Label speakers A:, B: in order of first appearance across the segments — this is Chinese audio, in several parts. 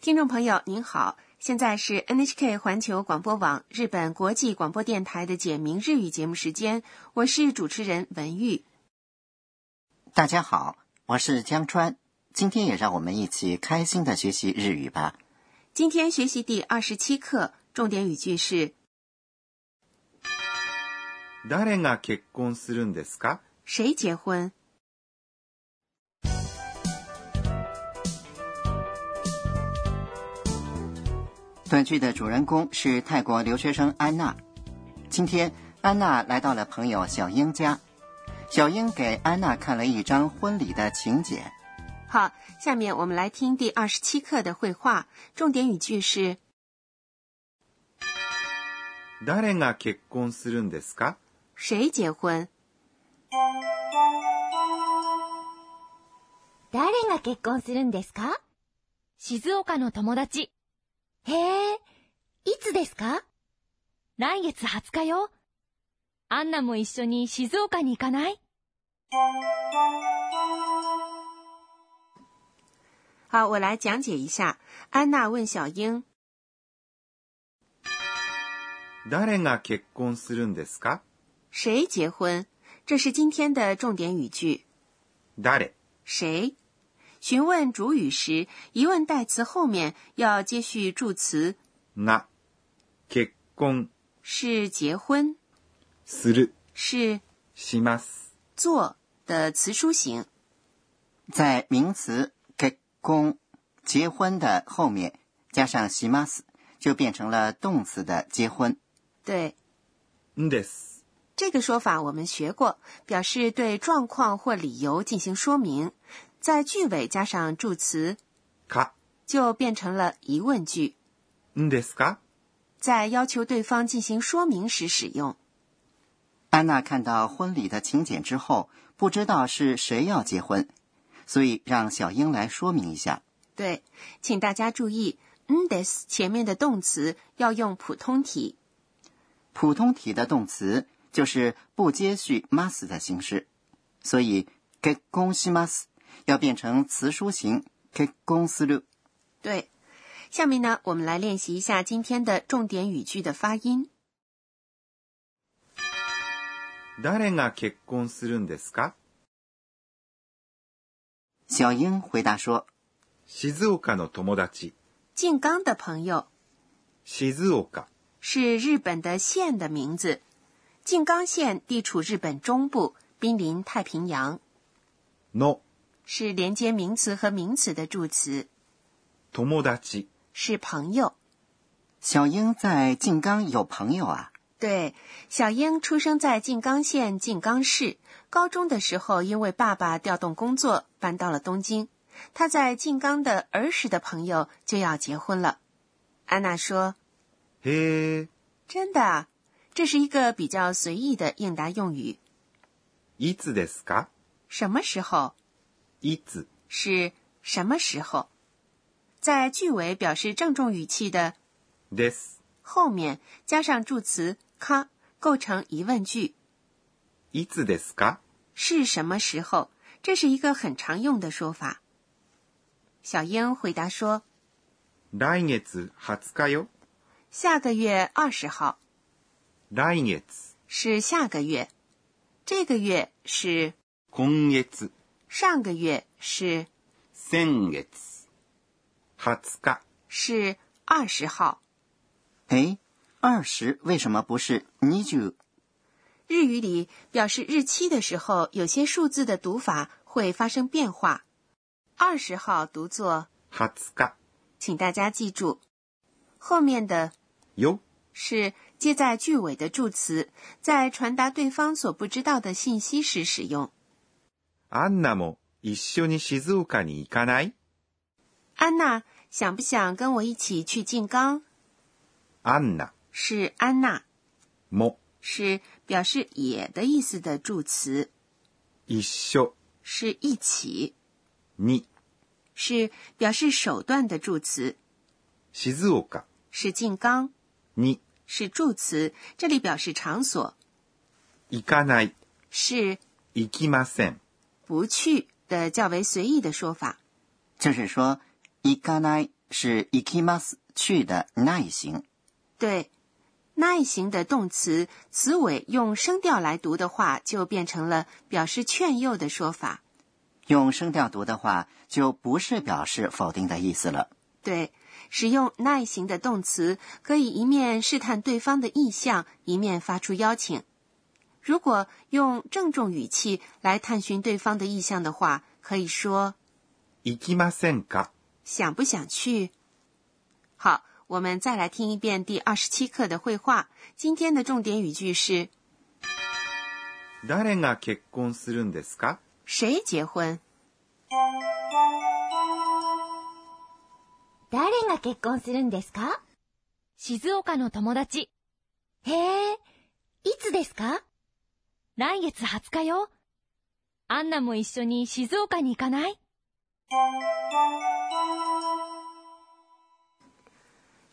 A: 听众朋友您好，现在是 NHK 环球广播网日本国际广播电台的简明日语节目时间，我是主持人文玉。
B: 大家好，我是江川，今天也让我们一起开心的学习日语吧。
A: 今天学习第二十七课，重点语句是
C: 誰が結婚するんですか
A: 谁结婚？
B: 短剧的主人公是泰国留学生安娜。今天，安娜来到了朋友小英家，小英给安娜看了一张婚礼的请柬。
A: 好，下面我们来听第二十七课的绘画，重点语句是
C: 誰が結婚するんですか
A: 谁结婚？
D: 誰が結婚するんですか静岡の友達。へえ、いつですか来月20日よ。アンナも一緒に静岡に行かない
A: 好，我来讲解一下。安娜问小英
C: 誰が結婚するんですか
A: 谁结婚，这是今天的重点语句。
C: 誰
A: 谁？询问主语时，疑问代词后面要接续助词
C: が結婚
A: 是结婚
C: する
A: 是
C: します
A: 做的词书形。
B: 在名词“结婚”结婚的后面加上 “shimas”，就变成了动词的“结婚
A: 对，
C: んです
A: 这个说法我们学过，表示对状况或理由进行说明，在句尾加上助词
C: か
A: 就变成了疑问句，
C: んですか
A: 在要求对方进行说明时使用。”。
B: 安娜看到婚礼的请柬之后，不知道是谁要结婚，所以让小英来说明一下。
A: 对，请大家注意 n d i s 前面的动词要用普通体。
B: 普通体的动词就是不接续 mas 的形式，所以 “get 公西 mas” 要变成词书形 “get 公思路
A: 对，下面呢，我们来练习一下今天的重点语句的发音。
C: 誰が結婚するんですか”。
B: 小英回答说
C: 静岡の友達
A: 静冈的朋友
C: 静岡
A: 是日本的县的名字，静冈县地处日本中部，濒临太平洋，
C: の
A: 是连接名词和名词的助词，
C: 友達
A: 是朋友。：“
B: 小英在静冈有朋友啊。”
A: 对，小英出生在静冈县静冈市，高中的时候因为爸爸调动工作搬到了东京。她在静冈的儿时的朋友就要结婚了。安娜说
C: へえ：“
A: 真的啊，这是一个比较随意的应答用语。
C: いつですか
A: 什么时候
C: いつ
A: 是什么时候？”在句尾表示郑重语气的
C: です
A: 后面加上助词“咔”，构成疑问句。
C: いつですか
A: 是什么时候？这是一个很常用的说法。小英回答说
C: 来月20日よ：“
A: 下个月二十号
C: 来月
A: 是下个月，这个月是
C: 今月
A: 上个月是
C: 先月20日
A: 是二十号。
B: 哎，二十为什么不是 niju？
A: 日语里表示日期的时候，有些数字的读法会发生变化。二十号读作，
C: 20日
A: 请大家记住，后面的
C: よ
A: 是接在句尾的助词，在传达对方所不知道的信息时使用。
C: アンナも一緒に静岡に行かない
A: 安娜，想不想跟我一起去静冈？
C: アンナ
A: 是安娜，
C: も
A: 是表示也的意思的助词，
C: 一緒
A: 是一起，
C: に
A: 是表示手段的助词，
C: 静岡
A: 是静冈，
C: に
A: 是助词，这里表示场所，
C: 行かない
A: 是
C: 行きません
A: 不去的较为随意的说法。
B: 就是说 i k a n a 是行きます去的耐形。
A: 对，耐形的动词词尾用声调来读的话，就变成了表示劝诱的说法。
B: 用声调读的话，就不是表示否定的意思了。
A: 对，使用耐形的动词，可以一面试探对方的意向，一面发出邀请。如果用郑重语气来探寻对方的意向的话，可以说
C: 行きませんか
A: 想不想去？好，我们再来听一遍第二十七课的绘画。今天的重点语句是
C: 誰が結婚するんですか
A: 谁结婚？
D: 誰が結婚するんですか静岡の友達。へえ、いつですか来月20日よ。アンナも一緒に静岡に行かない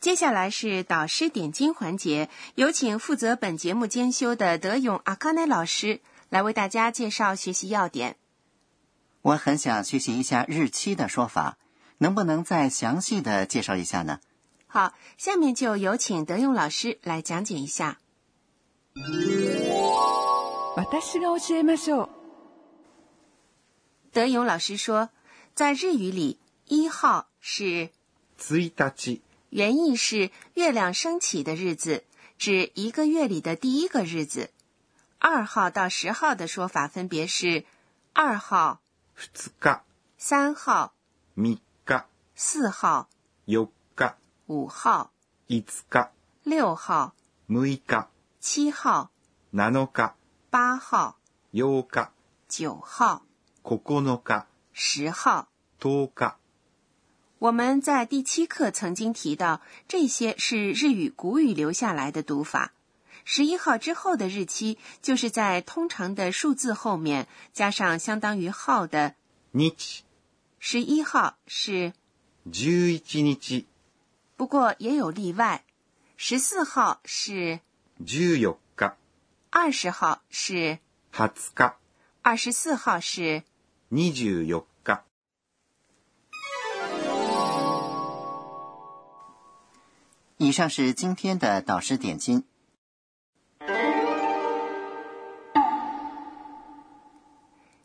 A: 接下来是导师点睛环节，有请负责本节目监修的德勇阿卡奈老师来为大家介绍学习要点。
B: 我很想学习一下日期的说法，能不能再详细的介绍一下呢？
A: 好，下面就有请德勇老师来讲解一下。
E: 私が教えましょう
A: 德勇老师说，在日语里，一号是
C: 1日、
A: 原意是月亮升起的日子，指一个月里的第一个日子。二号到十号的说法分别是二号、
C: 2日、
A: 三号、
C: 3日、
A: 四号、
C: 4日、
A: 五号、
C: 5日、
A: 六号、
C: 6日、
A: 七号、
C: 7日、
A: 八号、
C: 8日、
A: 九号、
C: 9日、
A: 十号。
C: 10日、
A: 我们在第七课曾经提到，这些是日语古语留下来的读法。十一号之后的日期，就是在通常的数字后面加上相当于号的
C: 日、
A: 十一号是，
C: 11日、
A: 不过也有例外。十四号是，
C: 14日、
A: 二十号是，
C: 20日、
A: 二十四号是。
C: 24日、
B: 以上是今天的导师点睛。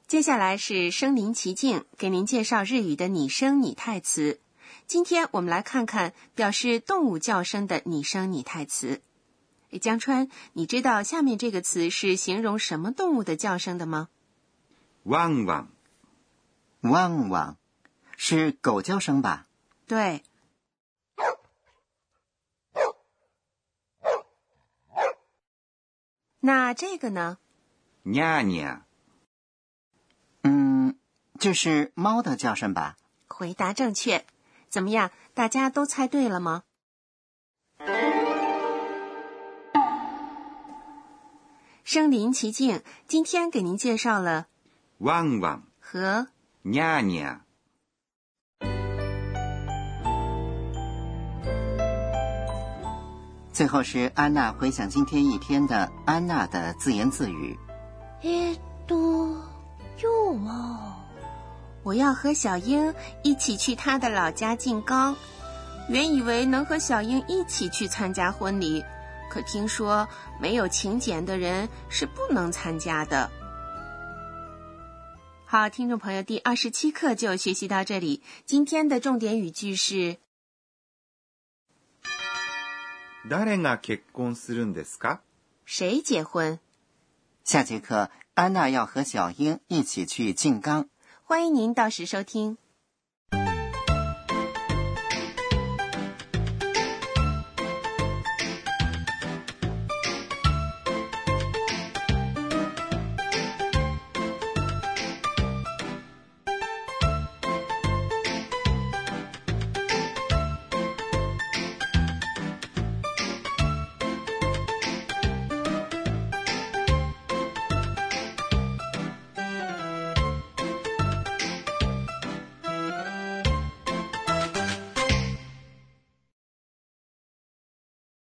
A: 接下来是身临其境，给您介绍日语的拟声拟态词。今天我们来看看表示动物叫声的拟声拟态词。诶江川，你知道下面这个词是形容什么动物的叫声的吗？
C: ワンワン、
B: 汪汪，是狗叫声吧？
A: 对，那这个呢？
C: ニャーニャー、
B: 嗯，这是猫的叫声吧？
A: 回答正确。怎么样？大家都猜对了吗？身临其境，今天给您介绍了
C: ワンワン、
A: 和
C: ニャーニャー。
B: 最后是安娜回想今天一天的安娜的自言自语。
D: えっと、今日は、
A: 我要和小英一起去她的老家静冈。原以为能和小英一起去参加婚礼，可听说没有请柬的人是不能参加的。好，听众朋友，第二十七课就学习到这里。今天的重点语句是
C: 誰が結婚するんですか
A: 谁结婚？
B: 下节课，安娜要和小英一起去静冈。
A: 欢迎您到时收听。